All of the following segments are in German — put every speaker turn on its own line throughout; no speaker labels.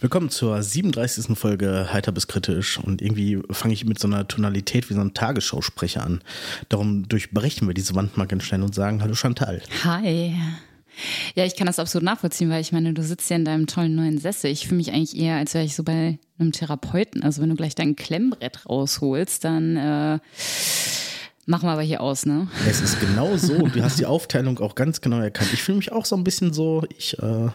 Willkommen zur 37. Folge Heiter bis kritisch und irgendwie fange ich mit so einer Tonalität wie so ein Tagesschausprecher an. Darum durchbrechen wir diese Wand mal ganz schnell und sagen Hallo Chantal.
Hi. Ja, ich kann das absolut nachvollziehen, weil ich meine, du sitzt ja in deinem tollen neuen Sessel. Ich fühle mich eigentlich eher, als wäre ich so bei einem Therapeuten. Also wenn du gleich dein Klemmbrett rausholst, dann äh, machen wir aber hier aus, ne?
Es ist genau so und du hast die Aufteilung auch ganz genau erkannt. Ich fühle mich auch so ein bisschen so, ich äh,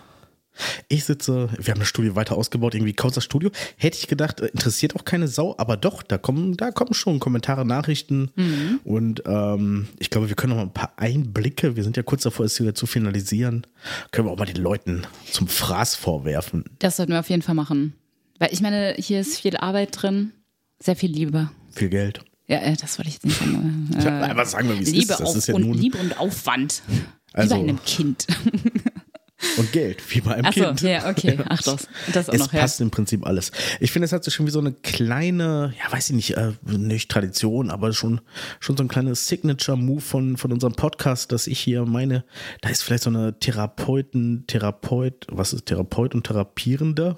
ich sitze, wir haben das Studio weiter ausgebaut, irgendwie Kauser Studio. Hätte ich gedacht, äh, interessiert auch keine Sau, aber doch, da kommen, da kommen schon Kommentare, Nachrichten.
Mhm.
Und ähm, ich glaube, wir können noch mal ein paar Einblicke, wir sind ja kurz davor, es wieder zu finalisieren, können wir auch mal den Leuten zum Fraß vorwerfen.
Das sollten wir auf jeden Fall machen. Weil ich meine, hier ist viel Arbeit drin, sehr viel Liebe.
Viel Geld.
Ja, äh, das wollte ich jetzt nicht sagen. Äh,
Ja, aber sagen wir, wie es
Liebe,
ist. Das
auf
ist ja
und,
nun.
Liebe und Aufwand.
Also-
wie bei einem Kind.
Und Geld, wie bei einem
Achso,
Kind.
ja, okay. Ach, das, das auch
es
noch, ja.
passt im Prinzip alles. Ich finde, es hat so schon wie so eine kleine, ja, weiß ich nicht, äh, nicht Tradition, aber schon, schon so ein kleines Signature-Move von, von unserem Podcast, dass ich hier meine, da ist vielleicht so eine Therapeuten, Therapeut, was ist Therapeut und Therapierende?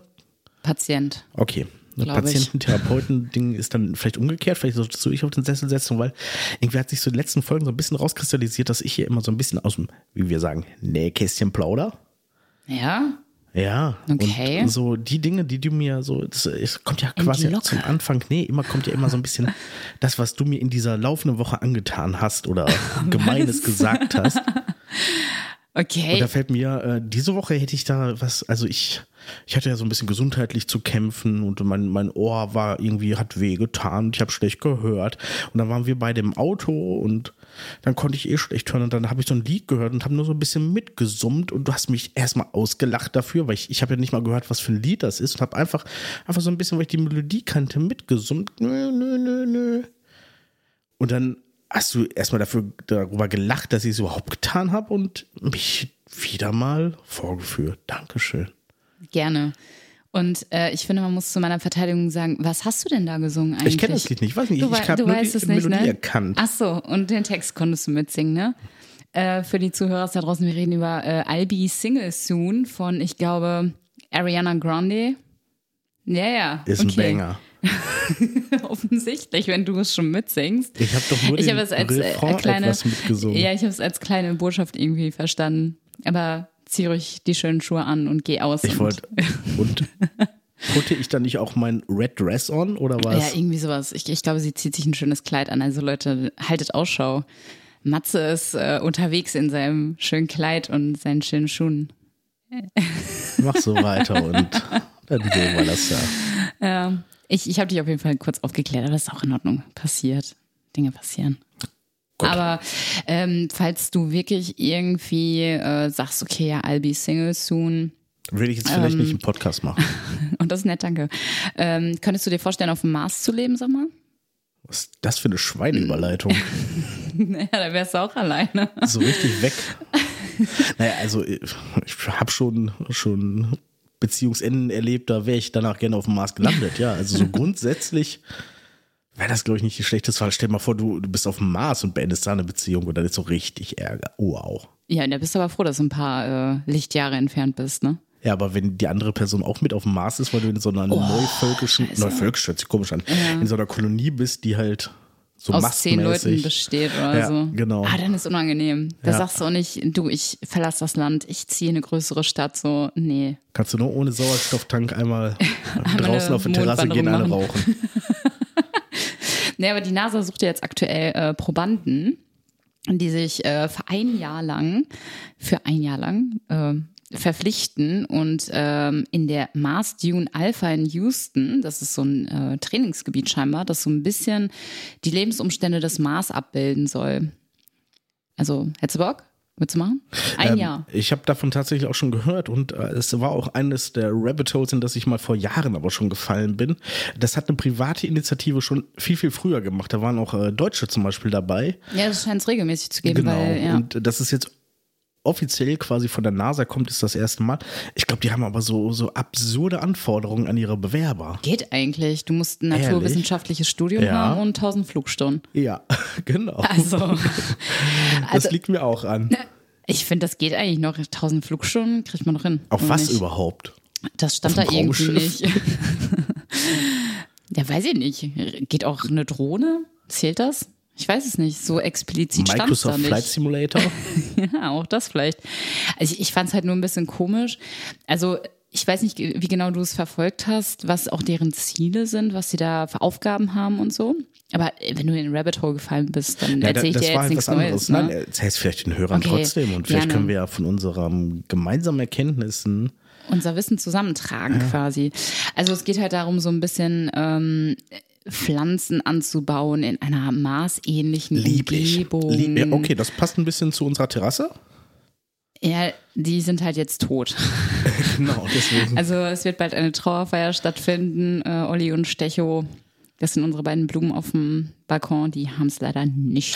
Patient.
Okay. Eine
Glaub ich.
Patienten-Therapeuten-Ding ist dann vielleicht umgekehrt. Vielleicht solltest du dich auf den Sessel setzen, weil irgendwie hat sich so in den letzten Folgen so ein bisschen rauskristallisiert, dass ich hier immer so ein bisschen aus dem, wie wir sagen, Nähkästchen plauder.
Ja?
Ja.
Okay.
Und so die Dinge, die du mir so, das, es kommt ja quasi
Entlocke.
zum Anfang, nee, immer kommt ja immer so ein bisschen das, was du mir in dieser laufenden Woche angetan hast oder Gemeines gesagt hast. Und
Okay.
da fällt mir, äh, diese Woche hätte ich da was, also ich, ich hatte ja so ein bisschen gesundheitlich zu kämpfen und mein, mein Ohr war irgendwie, hat wehgetan und ich habe schlecht gehört. Und dann waren wir beide im Auto und dann konnte ich eh schlecht hören und dann habe ich so ein Lied gehört und habe nur so ein bisschen mitgesummt und du hast mich erstmal ausgelacht dafür, weil ich, ich habe ja nicht mal gehört, was für ein Lied das ist und habe einfach, einfach so ein bisschen, weil ich die Melodie kannte, mitgesummt. Nö, nö, nö, nö. Und dann hast du erstmal dafür darüber gelacht, dass ich es überhaupt getan habe und mich wieder mal vorgeführt. Dankeschön.
Gerne. Und äh, ich finde, man muss zu meiner Verteidigung sagen, was hast du denn da gesungen eigentlich?
Ich kenne das Lied nicht, weiß nicht.
Du, wei-
ich habe
du
nur
weißt
die
es nicht,
Melodie
ne?
erkannt.
Ach so, und den Text konntest du mitsingen, ne? Äh, für die Zuhörer da draußen, wir reden über äh, I'll Be Single Soon von, ich glaube, Ariana Grande. Ja, ja.
Ist ein
okay.
Banger.
Offensichtlich, wenn du es schon mitsingst.
Ich habe doch nur
Ich
den
habe es als äh,
Refrain
äh, kleine,
etwas mitgesungen.
ja, ich habe es als kleine Botschaft irgendwie verstanden. Aber zieh ruhig die schönen Schuhe an und geh aus.
ich
und-
wollte. Und putte ich dann nicht auch mein Red Dress on oder was?
Ah Ja, irgendwie sowas. Ich, ich glaube, sie zieht sich ein schönes Kleid an. Also Leute, haltet Ausschau. Matze ist äh, unterwegs in seinem schönen Kleid und seinen schönen Schuhen.
Mach so weiter und dann sehen wir das ja.
Ähm, Ich, ich habe dich auf jeden Fall kurz aufgeklärt, aber das ist auch in Ordnung. Passiert. Dinge passieren.
Gut.
Aber ähm, falls du wirklich irgendwie äh, sagst, okay, ja, I'll be single soon.
Würde ich jetzt vielleicht
Ähm.
nicht einen Podcast machen.
Und das ist nett, danke. Ähm, könntest du dir vorstellen, auf dem Mars zu leben, sag mal?
Was ist das für eine Schweineüberleitung?
Naja, da wärst du auch alleine.
so richtig weg. Naja, also ich habe schon, schon Beziehungsenden erlebt, da wäre ich danach gerne auf dem Mars gelandet. Ja, also so grundsätzlich wäre das, glaube ich, nicht die schlechteste Fall. Stell dir mal vor, du, du bist auf dem Mars und beendest da eine Beziehung und dann ist so richtig Ärger. Oh, Wow.
Ja, und da bist du aber froh, dass du ein paar äh, Lichtjahre entfernt bist, ne?
Ja, aber wenn die andere Person auch mit auf dem Mars ist, weil du in so
Oh,
einer neuvölkischen, neuvölkisch hört sich komisch an, in so einer Kolonie bist, die halt so
aus zehn
massenmäßig.
Leuten besteht oder
Ja,
so.
genau.
Ah, dann ist unangenehm. Da
Ja.
sagst du auch nicht, du, ich verlasse das Land, ich ziehe in eine größere Stadt. So, nee.
Kannst du nur ohne Sauerstofftank einmal draußen
eine
auf der Terrasse
Mondwanderung
gehen, eine
machen.
rauchen.
Nee, aber die NASA sucht ja jetzt aktuell äh, Probanden, die sich äh, für ein Jahr lang, für ein Jahr lang äh, verpflichten und ähm, in der Mars Dune Alpha in Houston, das ist so ein äh, Trainingsgebiet scheinbar, das so ein bisschen die Lebensumstände des Mars abbilden soll. Also, hättest du Bock? Würdest du machen? Ein
Ähm,
Jahr.
Ich habe davon tatsächlich auch schon gehört und äh, es war auch eines der Rabbit Holes, in das ich mal vor Jahren aber schon gefallen bin. Das hat eine private Initiative schon viel, viel früher gemacht. Da waren auch äh, Deutsche zum Beispiel dabei.
Ja, das scheint es regelmäßig zu geben,
genau.
weil ja.
Und das ist jetzt offiziell quasi von der NASA kommt, ist das erste Mal. Ich glaube, die haben aber so, so absurde Anforderungen an ihre Bewerber.
geht eigentlich. Du musst ein
Ehrlich?
naturwissenschaftliches Studium
Ja.
haben und 1000 Flugstunden.
Ja, genau.
Also, Ne,
das liegt mir auch an.
ich finde, das geht eigentlich noch. 1000 Flugstunden kriegt man noch hin.
Auf
oder
was
nicht?
überhaupt?
Das stand da
Auf dem
irgendwie
Raumschiff.
nicht. ja, weiß ich nicht. Geht auch eine Drohne? Zählt das? Ich weiß es nicht. So explizit stand es da
Microsoft
nicht.
Flight Simulator.
Ja, auch das vielleicht. Also ich, ich fand es halt nur ein bisschen komisch. Also ich weiß nicht, wie genau du es verfolgt hast, was auch deren Ziele sind, was sie da für Aufgaben haben und so. Aber wenn du in den Rabbit Hole gefallen bist,
Ja,
dann
da- halt
erzähle ich dir jetzt nichts Neues. Ne?
Nein, erzähl's vielleicht den Hörern
Okay,
trotzdem. Und vielleicht
gerne.
können wir ja von unseren gemeinsamen Erkenntnissen
unser Wissen zusammentragen quasi. Also es geht halt darum, so ein bisschen ähm, Pflanzen anzubauen in einer maßähnlichen
lieblich.
Umgebung.
Lieb, ja, okay, das passt ein bisschen zu unserer Terrasse.
Ja, die sind halt jetzt tot.
Genau, deswegen.
Also es wird bald eine Trauerfeier stattfinden. Äh, Olli und Stecho, das sind unsere beiden Blumen auf dem Balkon, die haben es leider nicht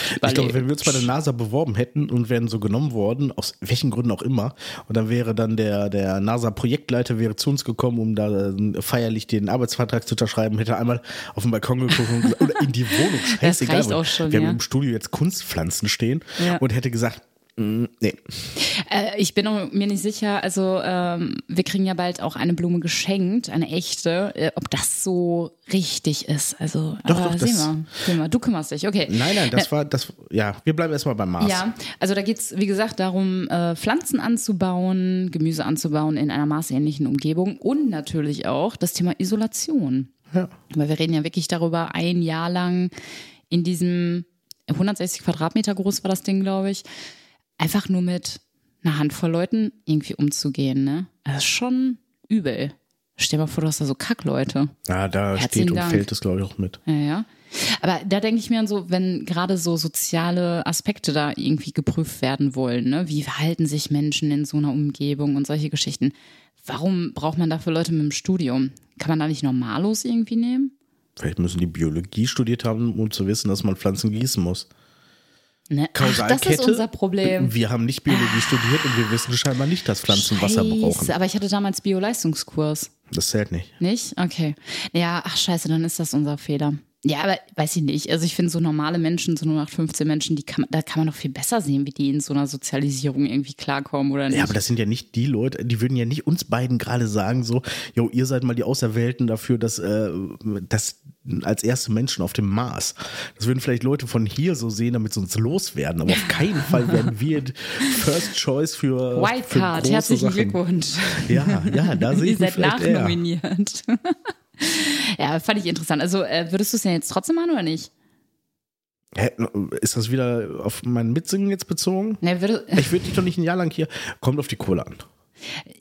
Ich
überlebt.
glaube, wenn wir uns bei der NASA beworben hätten und wären so genommen worden, aus welchen Gründen auch immer, und dann wäre dann der, der NASA-Projektleiter wäre zu uns gekommen, um da äh, feierlich den Arbeitsvertrag zu unterschreiben, hätte einmal auf den Balkon geguckt und gesagt, oder in die Wohnung, scheißegal.
reicht
weil
auch schon,
wir
ja.
haben im Studio jetzt Kunstpflanzen stehen
Ja.
und hätte gesagt, mm, nee,
Äh, ich bin auch mir nicht sicher, also ähm, wir kriegen ja bald auch eine Blume geschenkt, eine echte, äh, ob das so richtig ist. Also
Doch,
aber
doch,
sehen,
das-
wir, sehen wir. Du kümmerst dich, okay.
nein, nein, das war, das, ja, wir bleiben erstmal beim Mars.
Ja, also da geht's wie gesagt, darum, äh, Pflanzen anzubauen, Gemüse anzubauen in einer maßähnlichen Umgebung und natürlich auch das Thema Isolation.
Ja.
Weil wir reden ja wirklich darüber, ein Jahr lang in diesem 160 Quadratmeter groß war das Ding, glaube ich, einfach nur mit einer Handvoll Leuten irgendwie umzugehen. Ne? Das ist schon übel. Stell dir mal vor, du hast da so Kackleute.
Ja, Ah, da
Herzlichen
steht und
Dank.
fällt es, glaube ich, auch mit.
Ja, ja. Aber da denke ich mir an so, wenn gerade so soziale Aspekte da irgendwie geprüft werden wollen, ne? wie verhalten sich Menschen in so einer Umgebung und solche Geschichten. Warum braucht man dafür Leute mit dem Studium? Kann man da nicht normalos irgendwie nehmen?
Vielleicht müssen die Biologie studiert haben, um zu wissen, dass man Pflanzen gießen muss.
Ne? Ach, das
Kausalkette.
ist unser Problem.
Wir haben nicht Biologie studiert und wir wissen scheinbar nicht, dass Pflanzen Wasser brauchen.
Scheiße, aber ich hatte damals Bio-Leistungskurs.
Das zählt nicht.
Nicht? Okay. Ja, ach scheiße, dann ist das unser Fehler. Ja, aber weiß ich nicht. Also ich finde so normale Menschen, so 0815 Menschen, die kann, man- da kann man doch viel besser sehen, wie die in so einer Sozialisierung irgendwie klarkommen oder nicht.
Ja, aber das sind ja nicht die Leute, die würden ja nicht uns beiden gerade sagen, so, jo, ihr seid mal die Auserwählten dafür, dass, äh, dass als erste Menschen auf dem Mars. Das würden vielleicht Leute von hier so sehen, damit sie uns loswerden. Aber auf keinen Fall werden wir First Choice für, für
Wildcard,
große
herzlichen
Sachen.
Glückwunsch.
Ja, ja, da sehe
Ihr
ich mich
seid
vielleicht eher.
nachnominiert. ja, fand ich interessant. Also äh, würdest du es denn jetzt trotzdem machen oder nicht?
Hä, Ist das wieder auf mein Mitsingen jetzt bezogen?
Ne, würde,
Ich würde dich doch nicht ein Jahr lang hier. Kommt auf die Kohle an.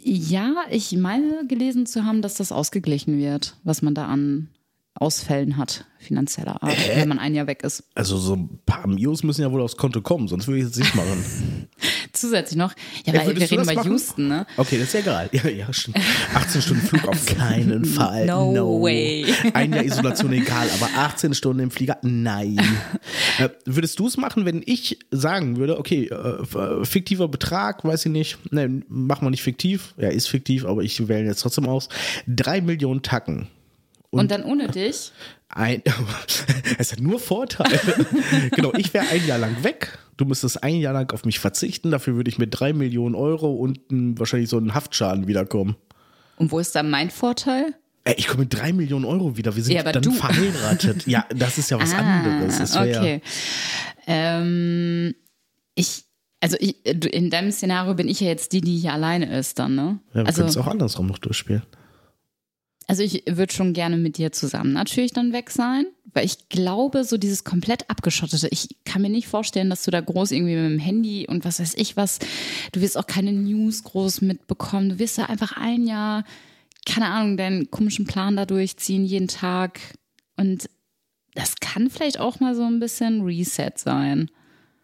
ja, ich meine gelesen zu haben, dass das ausgeglichen wird, was man da an Ausfällen hat, finanzieller Art, wenn man ein Jahr weg ist.
Also so ein paar Mios müssen ja wohl aufs Konto kommen, sonst würde ich es nicht machen.
Zusätzlich noch, ja, weil wir
würdest du
reden
das
bei
machen?
Houston, ne?
Okay, das ist ja egal. Ja, ja, stimmt. 18 Stunden Flug auf keinen Fall.
No way.
Ein Jahr Isolation egal, aber 18 Stunden im Flieger, nein. Äh, würdest du es machen, wenn ich sagen würde, okay, äh, f- äh, fiktiver Betrag, weiß ich nicht, nein, machen wir nicht fiktiv, ja, ist fiktiv, aber ich wähle ihn jetzt trotzdem aus, drei Millionen Tacken.
Und, dann ohne dich?
Ein, es hat nur Vorteile. genau, ich wäre ein Jahr lang weg. Du müsstest ein Jahr lang auf mich verzichten. Dafür würde ich mit drei Millionen Euro und m, wahrscheinlich so einen Haftschaden wiederkommen.
Und wo ist dann mein Vorteil?
Ey, ich komme mit drei Millionen Euro wieder. Wir sind
Ja, aber
dann
du-
verheiratet. Ja, das ist ja was anderes. Das
Ah,
wär,
okay. Ähm, ich, also ich, du- in deinem Szenario bin ich ja jetzt die, die hier alleine ist dann, ne?
Ja, wir
also,
können es auch andersrum noch durchspielen.
also ich würde schon gerne mit dir zusammen natürlich dann weg sein, weil ich glaube, so dieses komplett abgeschottete, ich kann mir nicht vorstellen, dass du da groß irgendwie mit dem Handy und was weiß ich was, du wirst auch keine News groß mitbekommen, du wirst da einfach ein Jahr, keine Ahnung, deinen komischen Plan da durchziehen, jeden Tag und das kann vielleicht auch mal so ein bisschen Reset sein.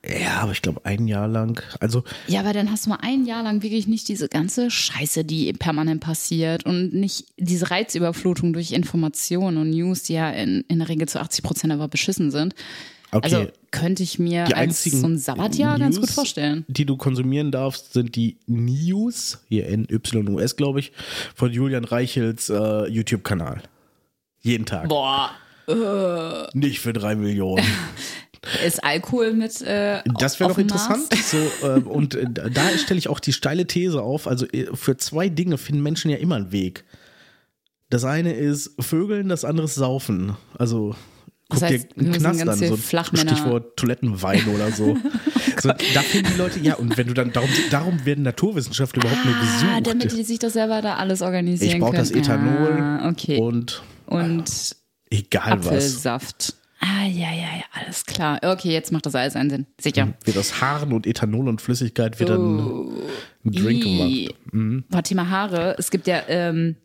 Ja, aber ich glaube, ein Jahr lang. Also,
Ja, aber dann hast du mal ein Jahr lang wirklich nicht diese ganze Scheiße, die permanent passiert und nicht diese Reizüberflutung durch Informationen und News, die ja in, in der Regel zu 80 Prozent aber beschissen sind.
okay.
Also könnte ich mir
die
als
einzigen
so ein Sabbatjahr
News,
ganz gut vorstellen.
Die du konsumieren darfst, sind die News, hier NYUS, glaube ich, von Julian Reichels äh, YouTube-Kanal. Jeden Tag.
Boah.
Nicht für drei Millionen.
Ist Alkohol mit. Äh,
Das wäre
auf
doch
dem
interessant.
Mars?
So, äh, und äh, da stelle ich auch die steile These auf. Also äh, für zwei Dinge finden Menschen ja immer einen Weg. Das eine ist Vögeln, das andere ist Saufen. Also guck
Das heißt,
dir einen
wir müssen
Knast
ganz
an,
viel
so
Flachmänner-
Stichwort Toilettenwein oder so. so. Da finden die Leute, ja, und wenn du dann, darum, darum werden Naturwissenschaftler überhaupt nur
Ah,
gesucht.
damit die sich doch selber da alles organisieren
ich brauche
können.
das Ethanol
Ah, okay. Und,
und egal was.
Apfelsaft. Ah, ja, ja, ja, alles klar. Okay, jetzt macht das alles einen Sinn. Sicher.
Wird aus Haaren und Ethanol und Flüssigkeit wird
Oh.
dann ein Drink gemacht. Mhm.
Ih. Boah, Thema Haare. Es gibt ja ähm,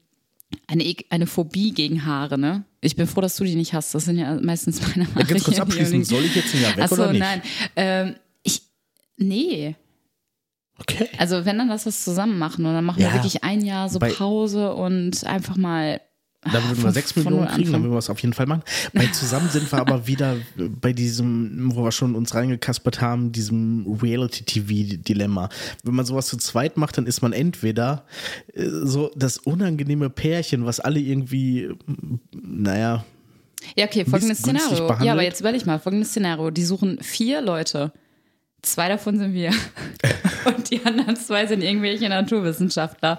eine, E- eine Phobie gegen Haare, ne? Ich bin froh, dass du die nicht hast. Das sind ja meistens meine Haare.
Ganz kurz
hier, die
abschließend,
liegen.
soll ich jetzt ein Jahr weg
Ach so,
oder nicht?
nein. Ähm, ich, nee.
Okay.
Also wenn, dann lass das zusammen machen. Und dann machen
Ja.
wir wirklich ein Jahr so
Bei-
Pause und einfach mal ah,
Da würden wir
Von-
6
von
Millionen
null
kriegen, dann
anfangen.
würden wir es auf jeden Fall machen. Bei zusammen sind wir aber wieder bei diesem, wo wir schon uns reingekaspert haben, diesem Reality-TV-Dilemma. Wenn man sowas zu zweit macht, dann ist man entweder äh, so das unangenehme Pärchen, was alle irgendwie, mm, naja,
Ja, okay, folgendes
günstig
Szenario.
behandelt.
Ja, aber jetzt überleg mal, folgendes Szenario. Die suchen vier Leute. Zwei davon sind wir. Und die anderen zwei sind irgendwelche Naturwissenschaftler.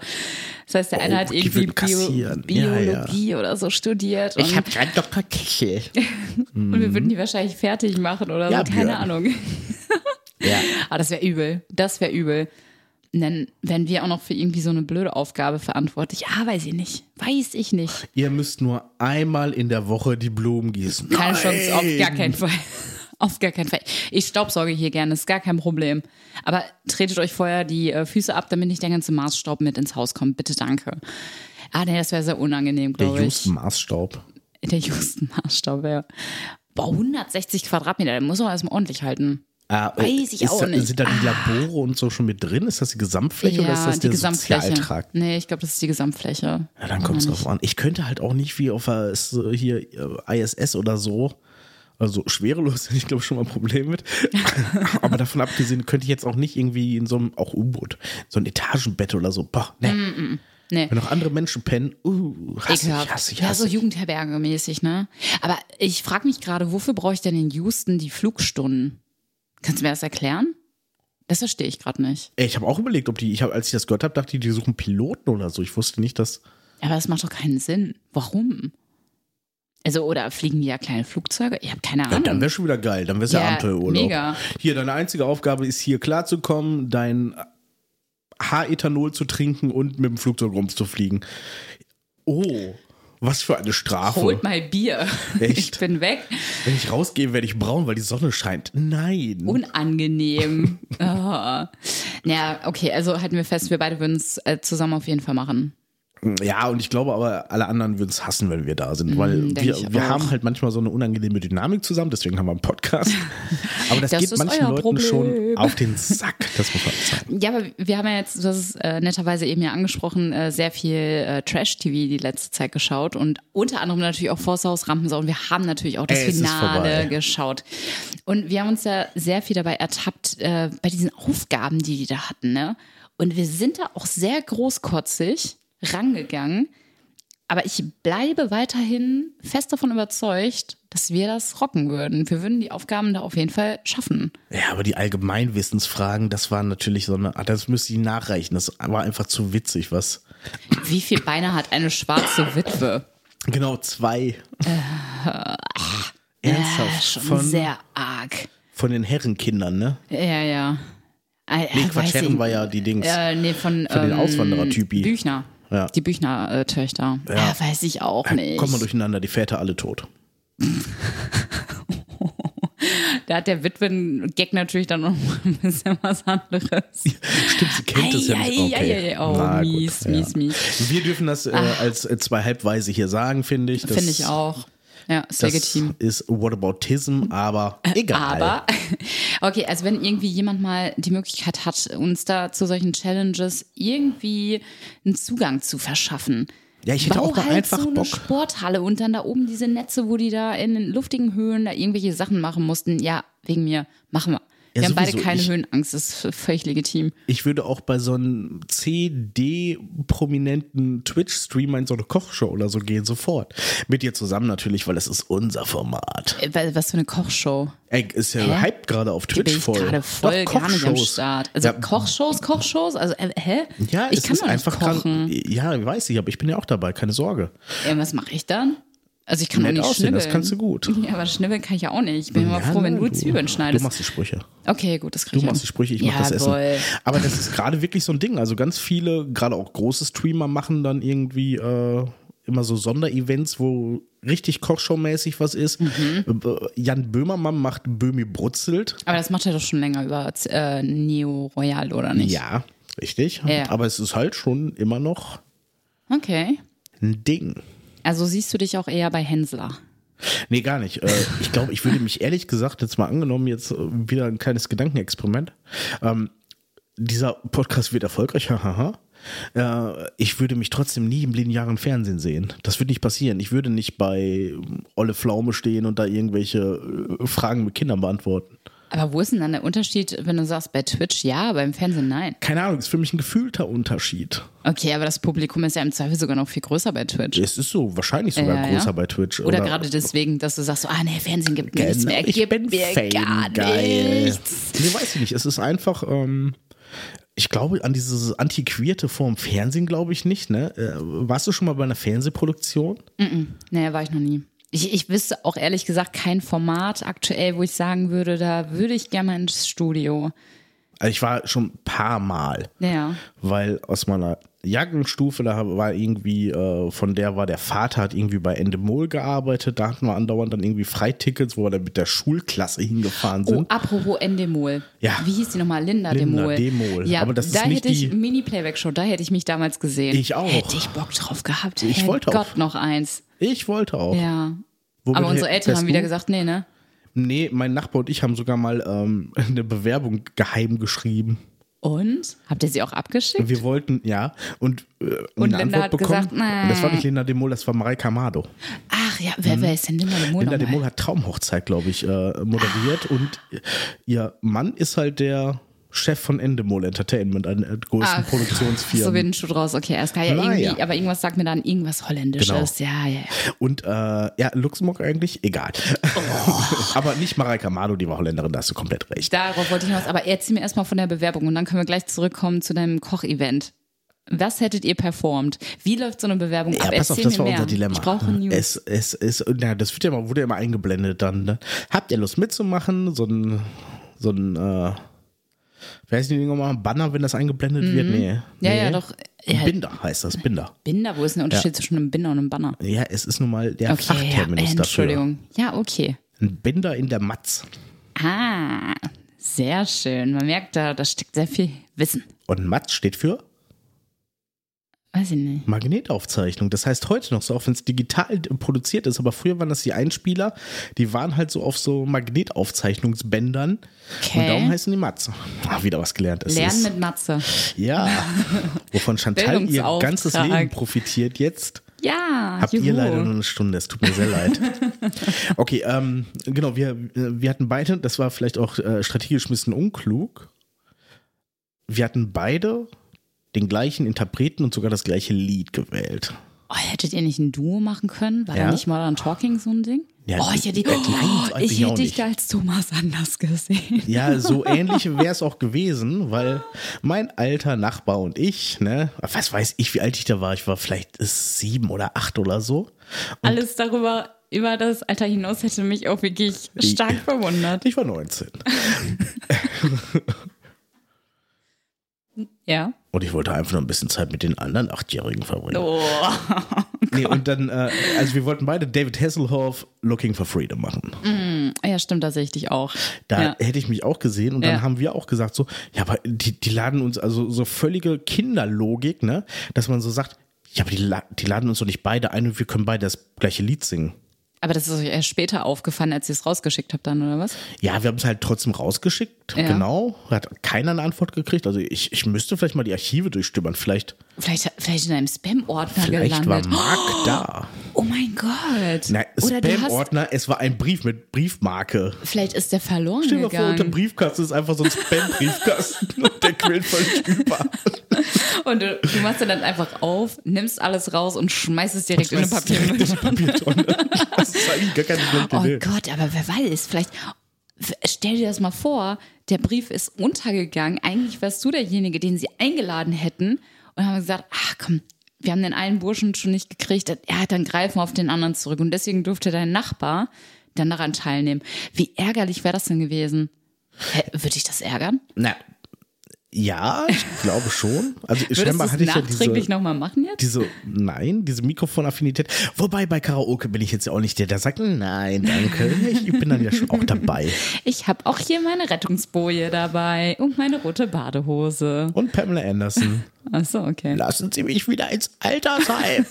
Das heißt, der eine
Oh,
hat
die
irgendwie
würden
Bio,
kassieren. Ja, ja.
Biologie oder so studiert. Und,
habe gerade Dr. Kichel.
und wir würden die wahrscheinlich fertig machen oder
Hm. Ja,
so. Keine
Björn.
Ahnung.
Ja.
Ah, das wäre übel. Das wäre übel. Und dann wären wir auch noch für irgendwie so eine blöde Aufgabe verantwortlich. Ah, weiß ich nicht. Weiß ich nicht.
Ihr müsst nur einmal in der Woche die Blumen gießen.
Keine Chance, auf
Nein!
gar keinen Fall. Auf gar keinen Fall. Ich staubsauge hier gerne, ist gar kein Problem. Aber tretet euch vorher die äh, Füße ab, damit nicht der ganze Maßstaub mit ins Haus kommt. Bitte danke. Ah, nee, das wäre sehr unangenehm,
Der
glaube ich.
Just Maßstaub.
Der Houston Maßstaub, ja. Boah, 160 Quadratmeter, den muss man erstmal ordentlich halten.
Ah,
Weiß ich
ist
auch
da,
nicht. Ah.
Sind da die Labore und so schon mit drin? Ist das die Gesamtfläche oder ist das der Sozialtrag?
Nee, ich glaube, das ist die Gesamtfläche.
Ja, dann kommt es drauf an. Ich könnte halt auch nicht wie auf der, S- hier äh, ISS oder so, also schwerelos, hätte ich glaube schon mal ein Problem mit. Aber davon abgesehen könnte ich jetzt auch nicht irgendwie in so einem, auch U-Boot, so ein Etagenbett oder so. Boah, ne.
Mm, Nee.
Wenn noch andere Menschen pennen, uh, hasse ich, hasse ich,
ja, so
hasse ich.
Jugendherberge-mäßig, ne? Aber ich frage mich gerade, wofür brauche ich denn in Houston die Flugstunden? Kannst du mir das erklären? Das verstehe ich gerade nicht.
Ey, Ich habe auch überlegt, ob die, ich hab, als ich das gehört habe, dachte ich, die suchen Piloten oder so. Ich wusste nicht, dass.
Aber das macht doch keinen Sinn. Warum? Also, oder fliegen die ja kleine Flugzeuge? Ich habe keine
Ja,
Ahnung.
dann wäre schon wieder geil, dann wäre es ja,
Hm. Ja,
Abenteuerurlaub.
mega.
Hier, deine einzige Aufgabe ist hier klarzukommen, dein H-Ethanol zu trinken und mit dem Flugzeug rumzufliegen. Oh, was für eine Strafe.
Holt mal Bier. Ich
Echt?
bin weg.
Wenn ich rausgehe, werde ich braun, weil die Sonne scheint. Nein.
Unangenehm. oh. Ja, okay, also halten wir fest, wir beide würden es äh, zusammen auf jeden Fall machen.
ja, und ich glaube aber, alle anderen würden es hassen, wenn wir da sind, weil
Mm, denk
wir,
ich
wir
auch.
haben halt manchmal so eine unangenehme Dynamik zusammen, deswegen haben wir einen Podcast. Aber das,
Das
geht
ist
manchen
euer
Leuten
Problem.
schon auf den Sack. Das muss man sagen.
Ja, aber wir haben ja jetzt, das ist äh, netterweise eben ja angesprochen, äh, sehr viel äh, Trash-TV die letzte Zeit geschaut und unter anderem natürlich auch Force House, Rampensau und wir haben natürlich auch das
Es ist vorbei.
Finale geschaut. Und wir haben uns ja sehr viel dabei ertappt, äh, bei diesen Aufgaben, die die da hatten. Ne? Und wir sind da auch sehr großkotzig rangegangen. Aber ich bleibe weiterhin fest davon überzeugt, dass wir das rocken würden. Wir würden die Aufgaben da auf jeden Fall schaffen.
Ja, aber die Allgemeinwissensfragen, das war natürlich so eine, ah, das müsste ich nachreichen. Das war einfach zu witzig, was.
Wie viel Beine hat eine schwarze Witwe?
Genau, zwei. Ernsthaft,
Äh, schon
von,
sehr arg.
von den Herrenkindern, ne?
Ja, ja. Äh,
Nee,
äh,
Quatsch,
weiß ich-
Herren war ja die Dings.
Äh, nee, von,
Von den
ähm,
Auswanderer-Typi.
Büchner.
Ja. Äh,
Die Büchner-Töchter. Ja. weiß ich auch nicht.
Kommen wir durcheinander, die Väter alle tot.
da hat der Witwen-Gag natürlich dann noch mal ein bisschen was anderes.
Stimmt, sie kennt es ja nicht.
Ei, ei,
Okay.
ei, ei, Oh,
Na, gut,
mies,
ja.
mies, mies.
Wir dürfen das äh, als äh, zwei Halbweise hier sagen, finde ich. Das-
Finde ich auch. Ja, ist
Das
legitim. Äh,
ist Whataboutism, aber egal.
Aber, okay, also wenn irgendwie jemand mal die Möglichkeit hat, uns da zu solchen Challenges irgendwie einen Zugang zu verschaffen.
Ja, ich hätte
Bau
auch da
halt
einfach
so eine
Bock.
Sporthalle und dann da oben diese Netze, wo die da in den luftigen Höhen da irgendwelche Sachen machen mussten. Ja, wegen mir, machen wir. Wir
Ja,
haben beide
sowieso.
keine
Ich-
Höhenangst, das ist völlig legitim.
Ich würde auch bei so einem CD-prominenten Twitch-Streamer in so eine Kochshow oder so gehen, sofort. Mit dir zusammen natürlich, weil das ist unser Format.
Äh, wa- Was für eine Kochshow.
Ey, ist ja
Hä?
hyped gerade auf
Die
Twitch
bin ich
voll.
gerade voll
Doch,
gar nicht am
Kochshows.
Start. Also
ja,
Kochshows, Kochshows, also äh, hä?
ja,
ich
es
kann
ist
doch nicht
einfach
kochen.
Krank. Ja, weiß ich, aber ich bin ja auch dabei, keine Sorge.
Ey, was mache ich dann? Also ich kann doch
Nett
nicht
aussehen,
schnibbeln.
das kannst du gut.
Ja, aber schnibbeln kann ich ja auch nicht. Ich bin immer
Ja,
froh, wenn du,
du-
Zwiebeln
Du
schneidest.
machst die Sprüche.
Okay, gut, das krieg
Du
ich
machst die
hin.
Sprüche, ich mach das Essen.
Jawohl.
Aber das ist gerade wirklich so ein Ding. Also ganz viele, gerade auch große Streamer machen dann irgendwie äh, immer so Sonderevents, wo richtig Kochshow-mäßig was ist. Äh, Jan Böhmermann macht Böhmi brutzelt.
Aber das macht er doch schon länger über äh, Neo Royal, oder nicht?
Ja, richtig.
Ja.
Aber es ist halt schon immer noch
Okay.
ein Ding.
Also siehst du dich auch eher bei Hensler.
Nee, gar nicht. Äh, ich glaube, ich würde mich ehrlich gesagt jetzt mal angenommen, jetzt äh, wieder ein kleines Gedankenexperiment. Ähm, dieser Podcast wird erfolgreich, haha. Äh, ich würde mich trotzdem nie im linearen Fernsehen sehen. Das würde nicht passieren. Ich würde nicht bei ähm, Olle Pflaume stehen und da irgendwelche äh, Fragen mit Kindern beantworten.
Aber wo ist denn dann der Unterschied, wenn du sagst, bei Twitch ja, beim Fernsehen nein?
Keine Ahnung, ist für mich ein gefühlter Unterschied.
Okay, aber das Publikum ist ja im Zweifel sogar noch viel größer bei Twitch.
Es ist so, wahrscheinlich sogar
Ja, ja.
größer bei Twitch.
Oder, gerade deswegen, dass du sagst, so, ah nee, Fernsehen gibt mir nichts
Genau,
mehr, gibt mir gar
Fame-geil.
nichts.
Nee, weiß ich nicht. Es ist einfach, ähm, ich glaube, an dieses antiquierte Form Fernsehen glaube ich nicht. Ne? Äh, warst du schon mal bei einer Fernsehproduktion?
Nee, war ich noch nie. Ich, ich wüsste auch ehrlich gesagt kein Format aktuell, wo ich sagen würde, da würde ich gerne mal ins Studio.
Also ich war schon ein paar Mal,
Ja.
weil aus meiner Jagdstufe, da war irgendwie, äh, von der war der Vater, hat irgendwie bei Endemol gearbeitet. Da hatten wir andauernd dann irgendwie Freitickets, wo wir dann mit der Schulklasse hingefahren
Oh,
sind.
apropos Endemol.
Ja.
Wie hieß die nochmal? Linda,
Linda
Demol.
Demol.
Ja,
Aber das ist
da
nicht
hätte ich
die-
Mini-Playback-Show, da hätte ich mich damals gesehen.
Ich auch.
Hätte ich Bock drauf gehabt.
Ich wollte auch.
Gott, noch eins.
Ich wollte auch.
Ja.
Womit
Aber unsere
hä-
Eltern
wärst
haben wieder
du?
gesagt, nee, ne?
Nee, mein Nachbar und ich haben sogar mal ähm, eine Bewerbung geheim geschrieben.
Und? Habt ihr sie auch abgeschickt?
Wir wollten, ja, und, äh,
Und
eine
Linda
Antwort
hat
bekommen.
gesagt, nee.
und das war nicht Linda de Mol, das war Mareike Amado.
Ach ja, wer, wer ist denn Linda Demol?
Hm. Linda de
nochmal?
Mol hat Traumhochzeit, glaube ich, äh, moderiert
Ah.
und ihr Mann ist halt der Chef von Endemol Entertainment, einer der größten
Ach, So wie
Produktionsfirmen.
ein Schuh draus. Okay, alles klar. Ja,
Na
irgendwie,
ja.
Aber irgendwas sagt mir dann irgendwas Holländisches. Ja, ja, ja.
und äh, ja, Luxemburg eigentlich, egal.
Oh.
Aber nicht Mareike Amado, die war Holländerin, da hast du komplett recht.
Darauf wollte ich hinaus. Aber erzähl mir erstmal von der Bewerbung und dann können wir gleich zurückkommen zu deinem Kochevent. Was hättet ihr performt? Wie läuft so eine Bewerbung
Ja,
ab?
pass auf,
erzähl
das
mir
war
mehr.
unser Dilemma.
Ich brauche News.
Es, es, es, na, das wird ja mal, wurde ja immer eingeblendet dann. Ne? Habt ihr Lust mitzumachen? So ein, so ein, äh, wer ist die Dinge mal? Banner, wenn das eingeblendet wird? Nee.
Mhm. Ja,
nee.
ja, doch. Ja.
Binder heißt das, Binder.
Binder, wo ist denn der Unterschied zwischen einem Binder und einem Banner?
Ja, es ist nun mal der
Okay, ja,
Fachterminus dafür.
Entschuldigung. Ja, okay.
Ein Binder in der Matz.
Ah, sehr schön. Man merkt da, da steckt sehr viel Wissen.
Und Matz steht für
Weiß ich nicht.
Magnetaufzeichnung. Das heißt heute noch so, auch wenn es digital produziert ist, aber früher waren das die Einspieler, die waren halt so auf so Magnetaufzeichnungsbändern. Und darum
Okay.
heißen die Matz. Ah, wieder was gelernt. Es
Lernen
ist,
mit Matze.
Ja, wovon Chantal ihr
Bildungsauftrag.
ganzes Leben profitiert jetzt.
Ja,
Habt ihr
juhu.
leider nur eine Stunde, es tut mir sehr leid. Okay, ähm, genau, wir, wir hatten beide, das war vielleicht auch äh, strategisch ein bisschen unklug, wir hatten beide den gleichen Interpreten und sogar das gleiche Lied gewählt.
Oh, hättet ihr nicht ein Duo machen können? War
Ja.
da nicht Modern Talking so ein Ding?
Ja,
oh, ich hätte,
äh, nein,
oh,
eigentlich
ich hätte
auch
dich
nicht.
da als Thomas anders gesehen.
Ja, so ähnlich wäre es auch gewesen, weil mein alter Nachbar und ich, ne, was weiß ich, wie alt ich da war, ich war vielleicht äh, sieben oder acht oder so.
Alles darüber, über das Alter hinaus, hätte mich auch wirklich stark verwundert.
Ich war 19.
Ja.
Und ich wollte einfach nur ein bisschen Zeit mit den anderen Achtjährigen verbringen.
Oh.
nee, und dann, äh, also wir wollten beide David Hasselhoff Looking for Freedom machen.
Oh, Ja, stimmt, da sehe ich dich auch.
Da
ja.
hätte ich mich auch gesehen und dann
Ja.
haben wir auch gesagt so, ja, aber die, die laden uns, also so völlige Kinderlogik, ne, dass man so sagt, ja, aber die, la die laden uns doch nicht beide ein und wir können beide das gleiche Lied singen.
Aber das ist euch erst später aufgefallen, als ihr es rausgeschickt habt dann, oder was?
Ja, wir haben es halt trotzdem rausgeschickt,
Ja.
genau. Hat keiner eine Antwort gekriegt. Also ich, ich müsste vielleicht mal die Archive durchstöbern. Vielleicht
Vielleicht, vielleicht in einem Spam-Ordner
Vielleicht war
gelandet.
Mark da.
oh mein Gott.
Na,
Oder du hast,
Spam-Ordner, es war ein Brief mit Briefmarke.
vielleicht ist der verloren
Stell dir mal vor, unter dem
gegangen.
Briefkasten ist einfach so ein Spam-Briefkasten und der quillt völlig über.
Und du, du machst ihn dann einfach auf, nimmst alles raus und schmeißt es direkt in eine
Schmeißt direkt
Papiermüll.
in die Papiertonne. Das ist eigentlich gar keine schlechte
Oh
Idee.
Gott, aber wer weiß, vielleicht stell dir das mal vor, der Brief ist untergegangen. Eigentlich wärst du derjenige, den sie eingeladen hätten und haben gesagt, ach komm, wir haben den einen Burschen schon nicht gekriegt, ja, dann greifen wir auf den anderen zurück und deswegen durfte dein Nachbar dann daran teilnehmen. Wie ärgerlich wäre das denn gewesen? Hä, würde ich das ärgern?
Na, ja, ich glaube schon. Also
Würdest du
scheinbar
es
hatte ich ja diese,
nachträglich nochmal machen jetzt?
diese, nein, diese Mikrofonaffinität. Wobei bei Karaoke bin ich jetzt ja auch nicht der, der sagt, nein, danke. Ich bin dann ja schon auch dabei.
Ich habe auch hier meine Rettungsboje dabei und meine rote Badehose.
Und Pamela Anderson,
Ach so, okay.
lassen Sie mich wieder ins Altersheim.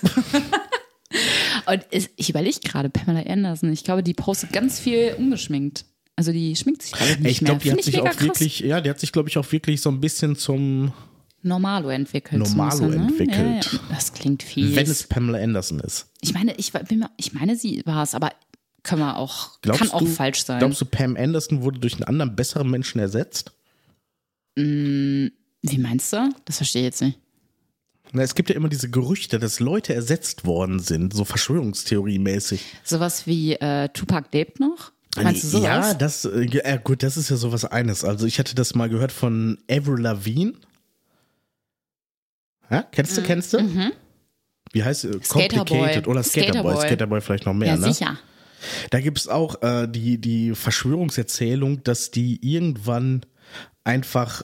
Und es- ich überlege gerade, Pamela Anderson, ich glaube, die postet ganz viel ungeschminkt. Also die schminkt sich gerade nicht
Ich glaube, die
mehr.
hat
Finde ich
sich auch
mega krass.
wirklich, ja, die hat sich, glaube ich, auch wirklich so ein bisschen zum,
Normalo entwickelt. so
Normalo
muss er, ne?
entwickelt.
Ja, ja. Das klingt
wenn es
fies.
Pamela Anderson ist.
Ich meine, ich, war- bin mir, ich meine, sie war es, aber können wir auch,
Glaubst
kann auch
du,
falsch sein.
Glaubst du, Pam Anderson wurde durch einen anderen besseren Menschen ersetzt?
Wie meinst du? Das verstehe ich jetzt nicht.
Na, es gibt ja immer diese Gerüchte, dass Leute ersetzt worden sind, so Verschwörungstheorie-mäßig.
Sowas wie äh, Tupac lebt noch? Meinst du sowas?
Ja, das, äh, ja, gut, das ist ja sowas eines. Also ich hatte das mal gehört von Avril Lavigne. Ja, kennst du, kennst du? Wie heißt äh,
Mm, mhm. Skaterboy.
Complicated oder Skaterboy.
Skaterboy.
Skaterboy vielleicht noch mehr,
ja,
ne?
sicher.
Da gibt es auch äh, die, die Verschwörungserzählung, dass die irgendwann einfach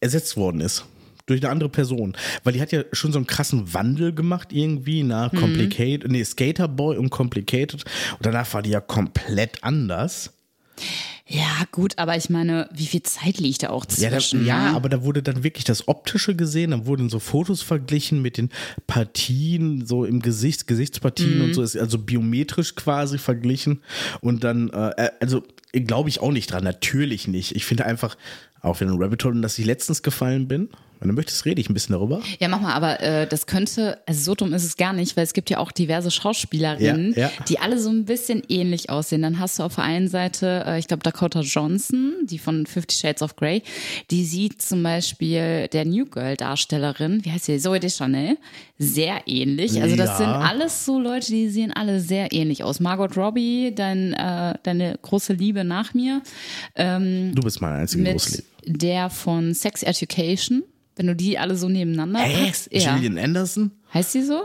ersetzt worden ist. Durch eine andere Person. Weil die hat ja schon so einen krassen Wandel gemacht irgendwie nach
Mhm.
Complicated, nee, Skaterboy und Complicated. Und danach war die ja komplett anders.
Ja, gut, aber ich meine, wie viel Zeit liegt da auch
Ja, da,
zwischen?
ja,
ne?
aber da wurde dann wirklich das Optische gesehen, dann wurden so Fotos verglichen mit den Partien, so im Gesicht, Gesichtspartien
Mhm.
und so, ist also biometrisch quasi verglichen. Und dann, äh, also glaube ich auch nicht dran, natürlich nicht. Ich finde einfach, auch wenn ein Rabbit Hole, in das ich letztens gefallen bin, wenn du möchtest, rede ich ein bisschen darüber.
Ja, mach mal, aber äh, das könnte, also so dumm ist es gar nicht, weil es gibt ja auch diverse Schauspielerinnen,
Ja, ja.
die alle so ein bisschen ähnlich aussehen. Dann hast du auf der einen Seite, äh, ich glaube, Dakota Johnson, die von Fifty Shades of Grey, die sieht zum Beispiel der New Girl-Darstellerin, wie heißt sie, Zoe Deschanel, sehr ähnlich. Also das
Ja.
sind alles so Leute, die sehen alle sehr ähnlich aus. Margot Robbie, dein, äh, deine große Liebe nach mir,
Du bist mein einziger
Mhm. mit
Großleben.
der von Sex Education. Wenn du die alle so nebeneinander
Äh,
packst, ja.
Gillian Anderson?
Heißt sie so?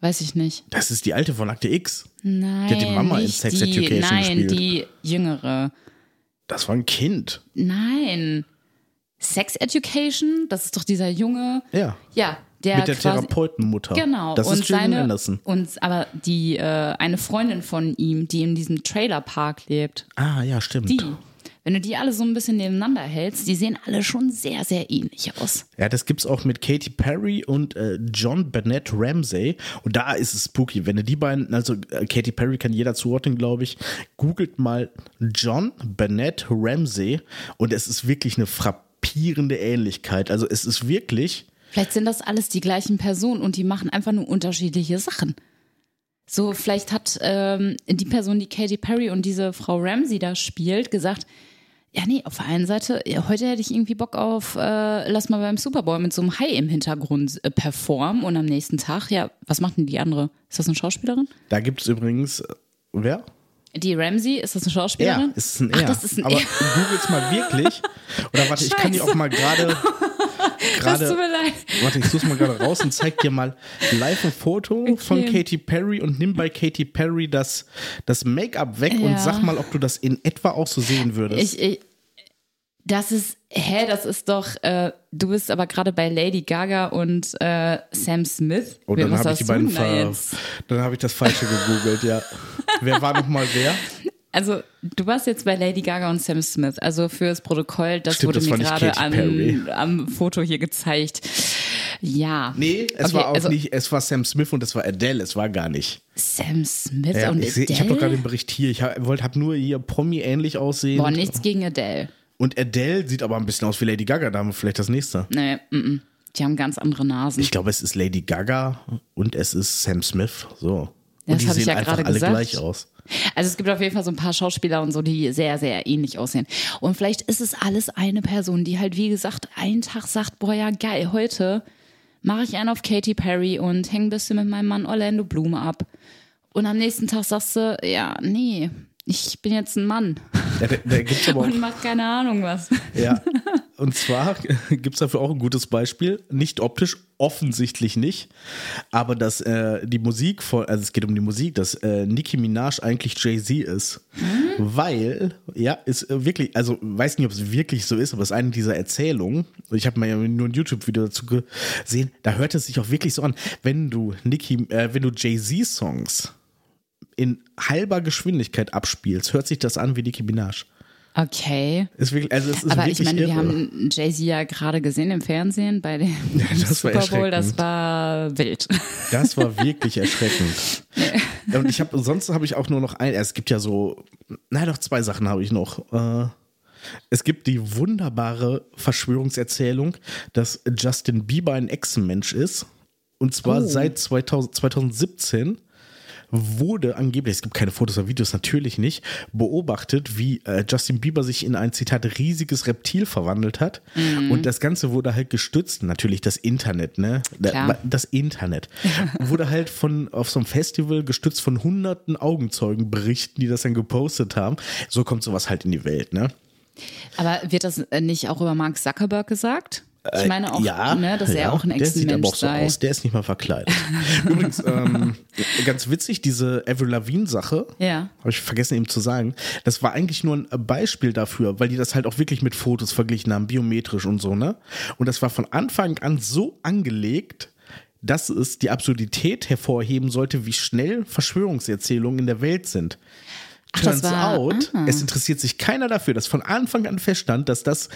Weiß ich nicht.
Das ist die alte von Akte X.
Nein.
hat die Mama in
nicht
Sex
die,
Education
Nein,
gespielt.
die jüngere.
Das war ein Kind.
Nein. Sex Education, das ist doch dieser Junge.
Ja.
Ja, der
mit der
quasi,
Therapeutenmutter.
Genau.
Das
und
ist Gillian
seine,
Anderson.
Und aber die äh, eine Freundin von ihm, die in diesem Trailerpark lebt,
Ah, ja, stimmt.
die. Wenn du die alle so ein bisschen nebeneinander hältst, die sehen alle schon sehr, sehr ähnlich aus.
Ja, das gibt's auch mit Katy Perry und äh, John Bennett Ramsey. Und da ist es spooky, wenn du die beiden, also äh, Katy Perry kann jeder zuordnen, glaube ich. Googelt mal John Bennett Ramsey und es ist wirklich eine frappierende Ähnlichkeit. Also es ist wirklich,
Vielleicht sind das alles die gleichen Personen und die machen einfach nur unterschiedliche Sachen. So, vielleicht hat ähm, die Person, die Katy Perry und diese Frau Ramsey da spielt, gesagt, ja nee, auf der einen Seite, ja, heute hätte ich irgendwie Bock auf, äh, lass mal beim Super Bowl mit so einem Hai im Hintergrund äh, performen und am nächsten Tag, ja, was macht denn die andere? Ist das eine Schauspielerin?
da gibt's übrigens, äh, wer?
Die Ramsey, ist das eine
Er,
Schauspielerin?
es ist ein
Ach,
R.
das ist ein
Aber
R.
googelt's mal wirklich. Oder warte, ich kann dir auch mal gerade,
Das
gerade
tut mir leid.
Warte, ich such's mal gerade raus und zeig dir mal live ein Foto von Katy Perry und nimm bei Katy Perry das, das Make-up weg
Ja.
und sag mal, ob du das in etwa auch so sehen würdest.
Ich, ich, das ist, hä, das ist doch, äh, du bist aber gerade bei Lady Gaga und äh, Sam Smith.
und
Wer-
Oh, dann
was
habe ich
hast
die
du
beiden
denn da
ver
jetzt?
Dann habe ich das Falsche gegoogelt, ja. wer war nochmal wer?
Also, du warst jetzt bei Lady Gaga und Sam Smith. Also fürs Protokoll, das
Stimmt,
wurde
das
mir
war nicht
gerade
Katy Perry.
am, am Foto hier gezeigt. Ja.
Nee, es
Okay,
war auch
also
nicht, es war Sam Smith und es war Adele, es war gar nicht.
Sam Smith
Ja,
und
ich seh-
Adele.
ich habe doch gerade den Bericht hier. Ich habe hab nur hier Promi ähnlich aussehen.
Boah, nichts gegen Adele.
Und Adele sieht aber ein bisschen aus wie Lady Gaga, da haben wir vielleicht das nächste.
Nee, mm, mm. Die haben ganz andere Nasen.
Ich glaube, es ist Lady Gaga und es ist Sam Smith. So.
Das
und die
hab ich
sehen
ja
einfach
gerade
alle
gesagt.
gleich aus.
Also es gibt auf jeden Fall so ein paar Schauspieler und so, die sehr, sehr ähnlich aussehen. Und vielleicht ist es alles eine Person, die halt, wie gesagt, einen Tag sagt, boah, ja geil, heute mache ich einen auf Katy Perry und hänge ein bisschen mit meinem Mann Orlando Bloom ab. Und am nächsten Tag sagst du, ja, nee, ich bin jetzt ein Mann
Ja, da, da gibt's aber auch,
und mach keine Ahnung was.
ja. Und zwar gibt es dafür auch ein gutes Beispiel. Nicht optisch, offensichtlich nicht. Aber dass äh, die Musik von, also es geht um die Musik, dass äh, Nicki Minaj eigentlich Jay-Z ist.
Mhm.
Weil, ja, ist äh, wirklich, also weiß nicht, ob es wirklich so ist, aber es ist eine dieser Erzählungen. Ich habe mal ja nur ein YouTube-Video dazu gesehen. Da hört es sich auch wirklich so an, wenn du Nicki, äh, wenn du Jay-Z-Songs in halber Geschwindigkeit abspielst, hört sich das an wie Nicki Minaj.
Okay.
Ist wirklich, also es ist
Aber
wirklich
ich meine, wir
irre.
haben Jay-Z ja gerade gesehen im Fernsehen bei dem
das war
Super Bowl. Das
erschreckend.
war wild.
Das war wirklich erschreckend. Und ich habe, sonst habe ich auch nur noch ein, es gibt ja so, nein, doch zwei Sachen habe ich noch. Äh, Es gibt die wunderbare Verschwörungserzählung, dass Justin Bieber ein Echsenmensch ist. Und zwar
Oh.
seit 2000, 2017 wurde angeblich, es gibt keine Fotos oder Videos, natürlich nicht, beobachtet, wie äh, Justin Bieber sich in ein, Zitat, riesiges Reptil verwandelt hat. Und das Ganze wurde halt gestützt, natürlich das Internet, ne? Da-
Klar.
Das Internet. wurde halt von, auf so einem Festival gestützt von hunderten Augenzeugen berichten, die das dann gepostet haben. So kommt sowas halt in die Welt, ne?
Aber wird das äh, nicht auch über Mark Zuckerberg gesagt? Ich
Äh,
meine auch,
ja,
ne, dass
ja,
er auch ein
Der sieht aber
Echsenmensch
auch so
sei.
aus, der ist nicht mal verkleidet. Übrigens, ähm, ganz witzig, diese Avril Lavigne-Sache,
Ja.
habe ich vergessen eben zu sagen, das war eigentlich nur ein Beispiel dafür, weil die das halt auch wirklich mit Fotos verglichen haben, biometrisch und so, ne? Und das war von Anfang an so angelegt, dass es die Absurdität hervorheben sollte, wie schnell Verschwörungserzählungen in der Welt sind.
das
Turns
war- ah.
out,
Mhm.
es interessiert sich keiner dafür, dass von Anfang an feststand, dass das,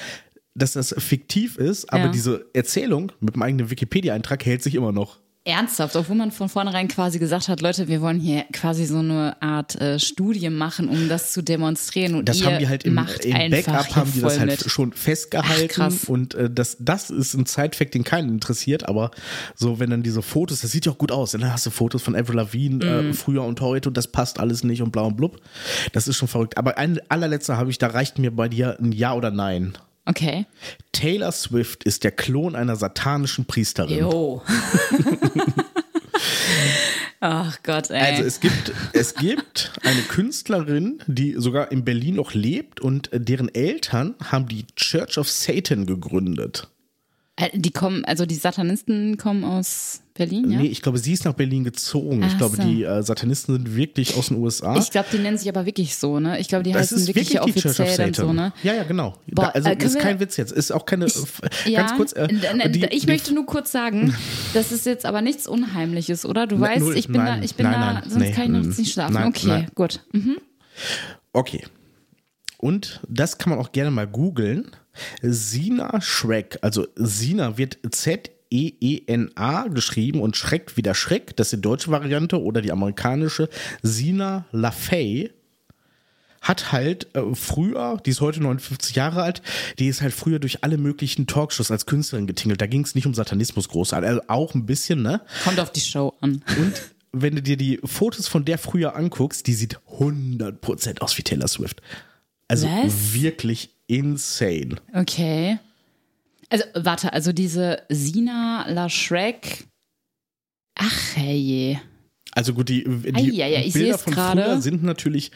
dass das fiktiv ist, aber
Ja.
diese Erzählung mit dem eigenen Wikipedia-Eintrag hält sich immer noch.
Ernsthaft, obwohl man von vornherein quasi gesagt hat, Leute, wir wollen hier quasi so eine Art äh, Studie machen, um das zu demonstrieren. Und
Das
ihr
haben die halt im,
macht
im
einfach
Backup
hier
haben die das
voll
halt
mit.
schon
Ach,
festgehalten
krass.
und äh, das, das ist ein Side-Fact, den keinen interessiert, aber so wenn dann diese Fotos, das sieht ja auch gut aus, dann hast du Fotos von Avril Lavigne
Mhm.
äh, früher und heute und das passt alles nicht und bla und blub. Das ist schon verrückt. Aber ein allerletzter habe ich, da reicht mir bei dir ein Ja oder Nein.
Okay.
Taylor Swift ist der Klon einer satanischen Priesterin.
Jo. Ach Gott, ey.
Also es gibt, es gibt eine Künstlerin, die sogar in Berlin noch lebt und äh, deren Eltern haben die Church of Satan gegründet.
Äh, die kommen, also die Satanisten kommen aus Berlin, ja?
Nee, ich glaube, sie ist nach Berlin gezogen.
Ach
ich glaube,
so.
die äh, Satanisten sind wirklich aus den USA.
Ich glaube, die nennen sich aber wirklich so, ne? Ich glaube, die
das
heißen
ist
wirklich,
wirklich die Church of Satan.
offiziell dann so, ne?
Ja, ja, genau.
Boah,
da, also
äh,
das
können
ist kein
wir-
Witz jetzt. Ist auch keine. f- ganz kurz. Äh,
n- n-
die,
ich
die
möchte nur kurz sagen, das ist jetzt aber nichts Unheimliches, oder? Du
Na,
weißt,
Ne, null,
ich bin
nein,
da, ich bin
nein,
da,
nein,
sonst
nee,
kann ich nachts
mm,
nicht schlafen.
nein,
okay,
nein.
gut. Mhm.
Okay. Und das kann man auch gerne mal googeln. Sina Schreck, also Sina wird E Z-E-E-N-A geschrieben und Schreck wieder Schreck, das ist die deutsche Variante oder die amerikanische. Sina LaFay hat halt äh, früher, die ist heute 59 Jahre alt, die ist halt früher durch alle möglichen Talkshows als Künstlerin getingelt. Da ging es nicht um Satanismus großartig, also auch ein bisschen, ne?
Kommt auf die Show an.
Und wenn du dir die Fotos von der früher anguckst, die sieht 100% aus wie Taylor Swift. Also
Was?
wirklich insane.
Okay. Also, warte, also diese Sina La Shrek. Ach, herrje.
Also gut, die, die
Ei, ei, ei, ich sehe
Bilder
es
von früher
gerade. Ah,
sind natürlich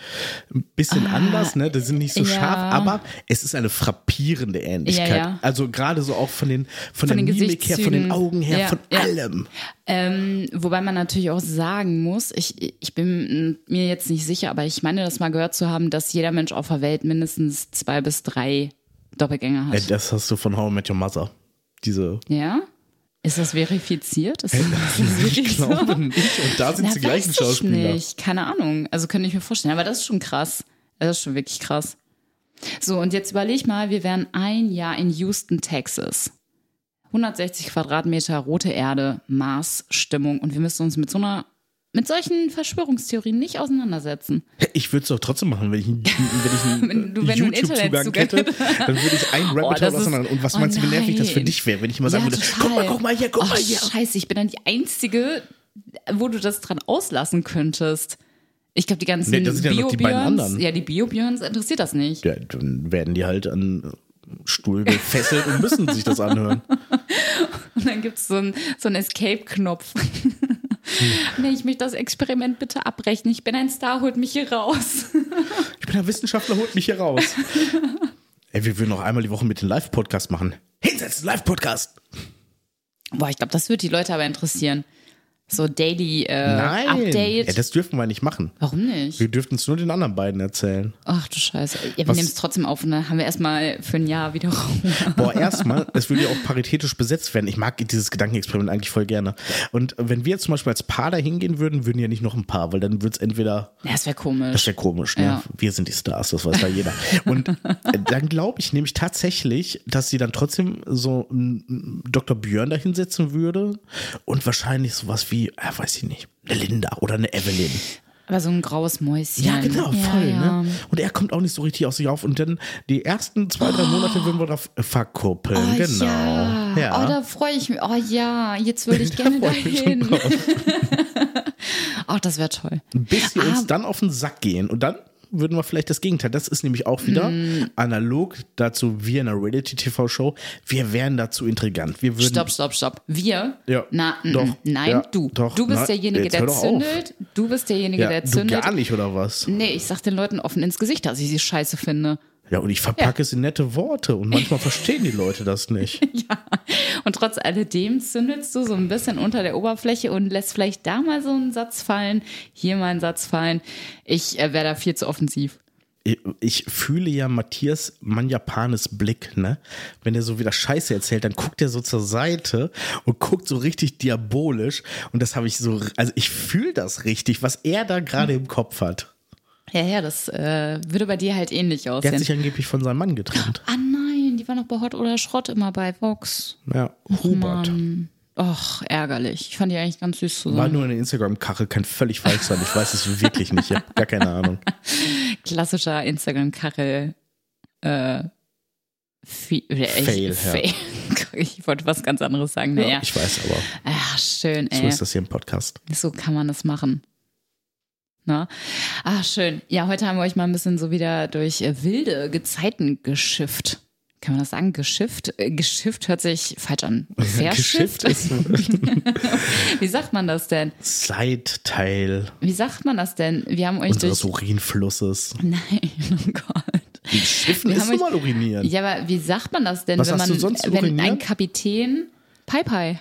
ein bisschen anders, ne? Die sind nicht so
ja.
scharf, aber es ist eine frappierende Ähnlichkeit.
Ja, ja.
Also gerade so auch von den von,
Von
der
den
Mimik her, von den
Gesichtszügen.
Augen her,
Ja,
von
ja.
allem.
Ähm, wobei man natürlich auch sagen muss, ich, ich bin mir jetzt nicht sicher, aber ich meine das mal gehört zu haben, dass jeder Mensch auf der Welt mindestens zwei bis drei Doppelgänger
Äh,
hat.
Das hast du von How I Met Your Mother. Diese
Ja? Ist das verifiziert? Ist das, ist das wirklich
ich
so?
glaube nicht. Und da sind
Na,
es die gleichen
weiß ich
Schauspieler.
Nicht. Keine Ahnung. Also könnte ich mir vorstellen. Aber das ist schon krass. Das ist schon wirklich krass. So, und jetzt überleg mal, wir wären ein Jahr in Houston, Texas. 160 Quadratmeter rote Erde, Mars, Stimmung. Und wir müssen uns mit so einer mit solchen Verschwörungstheorien nicht auseinandersetzen.
Ich würde es doch trotzdem machen, wenn ich, einen- wenn ich
Wenn
einen
du- wenn du einen
YouTube-Zugang
Internetzugang Oh,
hätte, dann würde ich einen Rabbit Hole
das ist-
auseinander. Und was
oh
meinst du, wie nervig das für
nein.
dich wäre, wenn ich mal sagen würde,
total.
guck mal, guck mal hier, guck
Oh,
mal hier.
Scheiße, ich bin dann die Einzige, wo du das dran auslassen könntest. Ich glaube, die ganzen
Nee, das sind ja noch die beiden
Bio-Björns-
anderen.
Ja, die Bio-Björns interessiert das nicht.
Ja, dann werden die halt an einen Stuhl gefesselt und müssen sich das anhören.
Und dann gibt es so einen so einen Escape-Knopf. nee, ich möchte das Experiment bitte abbrechen. Ich bin ein Star, holt mich hier raus.
Ich bin ein Wissenschaftler, holt mich hier raus. Ey, wir würden noch einmal die Woche mit den Live-Podcast machen. Hinsetzen, Live-Podcast.
Boah, ich glaube, das wird die Leute aber interessieren. So Daily äh,
Nein.
Update.
Ey, das dürfen wir nicht machen.
Warum nicht?
Wir dürften es nur den anderen beiden erzählen.
Ach du Scheiße. Ja, wir
Was-
nehmen es trotzdem auf und dann haben wir erstmal für ein Jahr wieder Ruhe.
Boah, erstmal, es würde ja auch paritätisch besetzt werden. Ich mag dieses Gedankenexperiment eigentlich voll gerne. Und wenn wir zum Beispiel als Paar da hingehen würden, würden ja nicht noch ein Paar, weil dann wird es entweder
Ja, das wäre komisch.
Das ist ja komisch, ne?
Ja.
Wir sind die Stars, das weiß ja jeder. Und dann glaube ich nämlich tatsächlich, dass sie dann trotzdem so einen Dr. Björn da hinsetzen würde und wahrscheinlich sowas wie, ja, weiß ich nicht, eine Linda oder eine Evelyn.
Aber so ein graues Mäuschen.
Ja, genau, voll,
ja.
ne? Und er kommt auch nicht so richtig aus sich auf und dann die ersten zwei, drei Monate würden wir drauf verkuppeln,
Oh,
genau.
Ja. Oh, da freue ich mich. Oh ja, jetzt würde ich gerne
freu ich mich schon
dahin. Ach, das wäre toll.
bis sie
Ah.
uns dann auf den Sack gehen. Und dann würden wir vielleicht das Gegenteil. Das ist nämlich auch wieder
Hm.
analog dazu wie in einer Reality-TV-Show. Wir wären dazu intrigant. Wir würden.
Stopp, stopp, stopp. Wir?
Ja,
Na, n-
doch,
n- nein,
ja,
du.
doch,
du bist
nein,
derjenige,
jetzt
der
hör doch auf.
zündet. Du bist derjenige,
Ja,
der
du
zündet.
gar nicht, oder was?
Nee, ich sag den Leuten offen ins Gesicht, dass ich sie scheiße finde.
Ja, und ich verpacke es in nette Worte und manchmal verstehen die Leute das nicht.
Und trotz alledem zündelst du so ein bisschen unter der Oberfläche und lässt vielleicht da mal so einen Satz fallen, hier mal einen Satz fallen. Ich äh, wäre da viel zu offensiv.
Ich, ich fühle ja Matthias Manjapanes Blick, ne? Wenn er so wieder Scheiße erzählt, dann guckt er so zur Seite und guckt so richtig diabolisch. Und das habe ich so, also ich fühle das richtig, was er da gerade im Kopf hat.
Ja, ja, das äh, würde bei dir halt ähnlich
Der hat
aussehen.
sich angeblich von seinem Mann getrennt.
Ah nein, die war noch bei Hot oder Schrott immer bei Vox.
Ja, Hubert.
Och, ärgerlich. Ich fand die eigentlich ganz süß
War
zusammen.
nur eine Instagram-Kachel, kann völlig falsch sein. Ich weiß es wirklich nicht. Ich habe gar keine Ahnung.
Klassischer Instagram-Karel. Äh, fi- oder echt-
Fail, ja.
fail. Ich wollte was ganz anderes sagen.
Ja,
Naja.
Ich weiß aber.
Ach, schön,
So
ey.
ist das hier im Podcast.
So kann man das machen. Na? Ah, schön. Ja, heute haben wir euch mal ein bisschen so wieder durch äh, wilde Gezeiten geschifft. Kann man das sagen? Geschifft? Äh, Geschifft hört sich falsch an.
Geschifft
Verschifft?
ist
Wie sagt man das denn?
Seitteil
Wie sagt man das denn? Wir haben euch
unseres
durch.
Urinflusses.
Nein, oh Gott.
Schiffen
Wir
ist
haben
nun
euch-
mal urinieren.
Ja, aber wie sagt man das denn,
Was
wenn
hast
man
du sonst
wenn
uriniert?
ein Kapitän Pai Pai.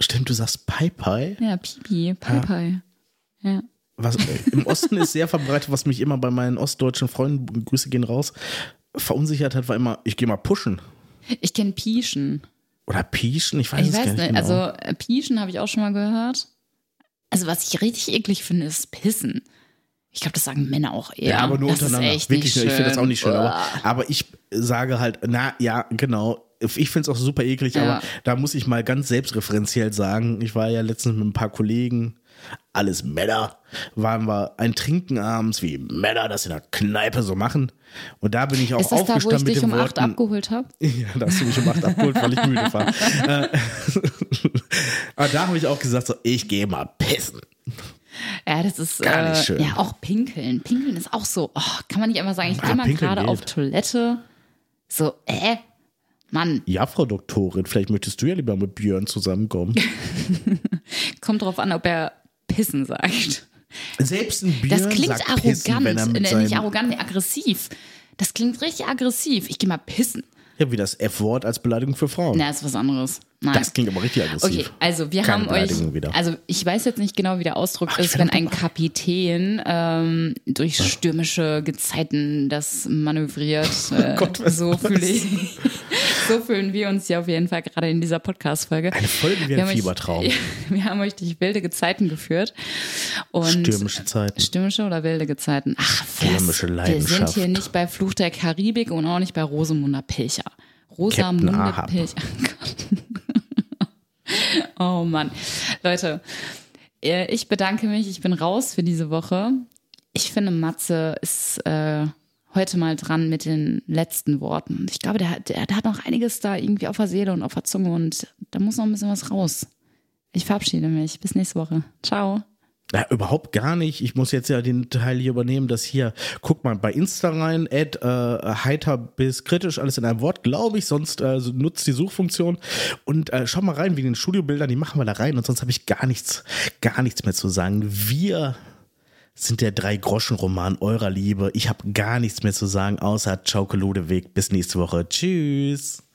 Stimmt, du sagst Pai-Pai.
Ja, Pipi, Pai Pai. Ja.
Was, äh, Im Osten ist sehr verbreitet, was mich immer bei meinen ostdeutschen Freunden, Grüße gehen raus, verunsichert hat, war immer, ich gehe mal pushen.
Ich kenne Pieschen.
Oder pieschen, ich weiß
Ich
es
weiß
gar
nicht,
nicht. Genau.
also äh, Pieschen habe ich auch schon mal gehört. Also was ich richtig eklig finde, ist Pissen. Ich glaube, das sagen Männer auch eher.
Ja, aber nur
das
untereinander.
Ist echt
Wirklich,
nicht
ich finde das auch nicht schön.
Uah.
Aber, aber ich sage halt, na ja, genau. Ich finde es auch super eklig,
Ja.
aber da muss ich mal ganz selbstreferenziell sagen, ich war ja letztens mit ein paar Kollegen, alles Männer, waren wir ein Trinken abends, wie Männer das in der Kneipe so machen. Und da bin ich auch
ist das da, wo ich
aufgestanden
dich
mit
um
den
acht
Worten,
abgeholt habe?
ja, da hast du mich um 8 abgeholt, weil ich müde war. Äh, Aber da habe ich auch gesagt, so, ich gehe mal pissen.
Ja, das ist
Gar nicht
äh,
schön.
Ja, auch pinkeln. Pinkeln ist auch so, oh, kann man nicht einfach sagen, ich
Ah,
gehe mal
pinkeln
gerade
geht.
auf Toilette. So, äh, Mann,
Ja, Frau Doktorin, vielleicht möchtest du ja lieber mit Björn zusammenkommen.
kommt drauf an, ob er pissen sagt.
Selbst ein Bier
Das klingt
sagt
arrogant,
pissen, wenn er mit
äh, nicht
seinem,
arrogant, nee, aggressiv. Das klingt richtig aggressiv. Ich gehe mal pissen.
ja, wie das F-Wort als Beleidigung für Frauen.
Na, ist was anderes. Nein.
das klingt aber richtig
Okay,
aggressiv.
also wir
Keine
haben euch,
Beleidigung wieder.
also ich weiß jetzt nicht genau, wie der Ausdruck
Ach, ich
ist,
bin
wenn ein Kapitän ähm, durch
Hm.
stürmische Gezeiten das manövriert. Äh,
Oh Gott, was
so
ist das?
fühle ich, so fühlen wir uns ja auf jeden Fall gerade in dieser Podcast-Folge.
Eine Folge wie
Wir
ein
haben euch-
Fiebertraum.
Wir haben euch durch wilde Gezeiten geführt und
Stürmische Zeiten.
Stürmische oder wilde Gezeiten? Ach, was?
Stürmische
Wir sind
Leidenschaft.
hier nicht bei Fluch der Karibik und auch nicht bei Rosamunde Pilcher. Rosamunde
Ahab.
Pilcher. Oh Mann. Oh Leute, Äh, Ich bedanke mich, ich bin raus für diese Woche. Ich finde, Matze ist äh, heute mal dran mit den letzten Worten. Ich glaube, der, hat- der, der hat noch einiges da irgendwie auf der Seele und auf der Zunge und da muss noch ein bisschen was raus. Ich verabschiede mich. Bis nächste Woche. Ciao.
Ja, überhaupt gar nicht. Ich muss jetzt ja den Teil hier übernehmen, dass hier, guck mal bei Insta rein, add, äh, heiter bis kritisch, alles in einem Wort, glaube ich, sonst äh, so nutzt die Suchfunktion und äh, schau mal rein, wie den Studiobildern, die machen wir da rein und sonst habe ich gar nichts, gar nichts mehr zu sagen. Wir sind der Drei-Groschen-Roman eurer Liebe. Ich habe gar nichts mehr zu sagen, außer Ciao, Ludewig. Bis nächste Woche. Tschüss.